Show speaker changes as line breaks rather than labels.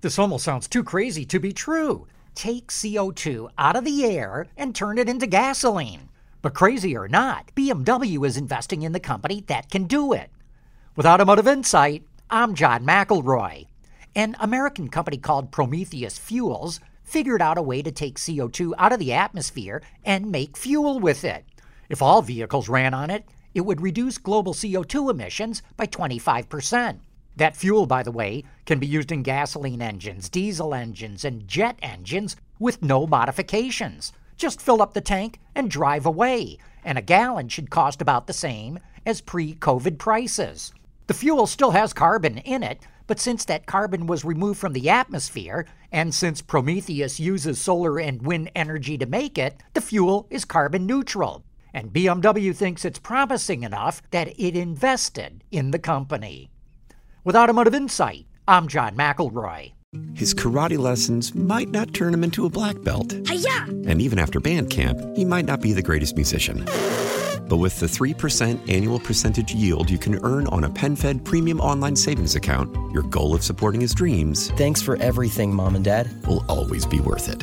This almost sounds too crazy to be true. Take CO2 out of the air and turn it into gasoline. But crazy or not, BMW is investing in the company that can do it. With Automotive Insight, I'm John McElroy. An American company called Prometheus Fuels figured out a way to take CO2 out of the atmosphere and make fuel with it. If all vehicles ran on it, it would reduce global CO2 emissions by 25%. That fuel, by the way, can be used in gasoline engines, diesel engines, and jet engines with no modifications. Just fill up the tank and drive away, and a gallon should cost about the same as pre COVID prices. The fuel still has carbon in it, but since that carbon was removed from the atmosphere, and since Prometheus uses solar and wind energy to make it, the fuel is carbon neutral. And BMW thinks it's promising enough that it invested in the company. With Automotive Insight, I'm John McElroy.
His karate lessons might not turn him into a black belt.
Hiya!
And even after band camp, he might not be the greatest musician. But with the 3% annual percentage yield you can earn on a PenFed premium online savings account, your goal of supporting his dreams
Thanks for everything, Mom and Dad.
will always be worth it.